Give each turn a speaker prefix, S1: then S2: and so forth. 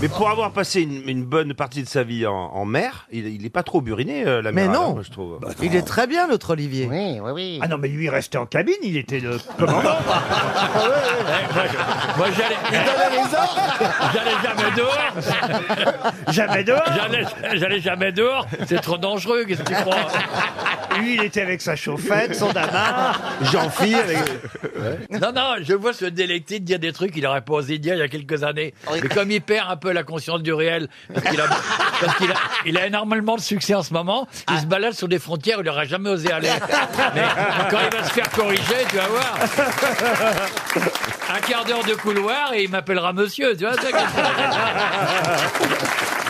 S1: Mais pour avoir passé une, une bonne partie de sa vie en, en mer, il, il est pas trop buriné, euh, la
S2: Mais
S1: mer.
S2: non.
S1: alors, moi, je trouve.
S2: Il est très bien, notre Olivier.
S3: Oui, oui, oui.
S4: Ah non, mais lui, il restait en cabine, il était le commandant.
S5: Moi, j'allais, j'allais jamais dehors.
S4: Jamais dehors.
S5: J'allais, j'allais jamais dehors. C'est trop dangereux. Qu'est-ce que tu crois
S4: Lui, il était avec sa chauffette, son damar.
S1: J'en fille.
S5: Non, non, je vois se délecter de dire des trucs qu'il n'aurait pas osé dire il y a quelques années. Mais comme il perd un peu la conscience du réel, parce qu'il a, parce qu'il a- il a énormément de succès en ce moment, il se balade sur des frontières où il n'aurait jamais osé aller. Mais quand il va se faire corriger, tu vas voir. Un quart d'heure de couloir et il m'appellera monsieur, tu vois. ça, qu'est-ce que-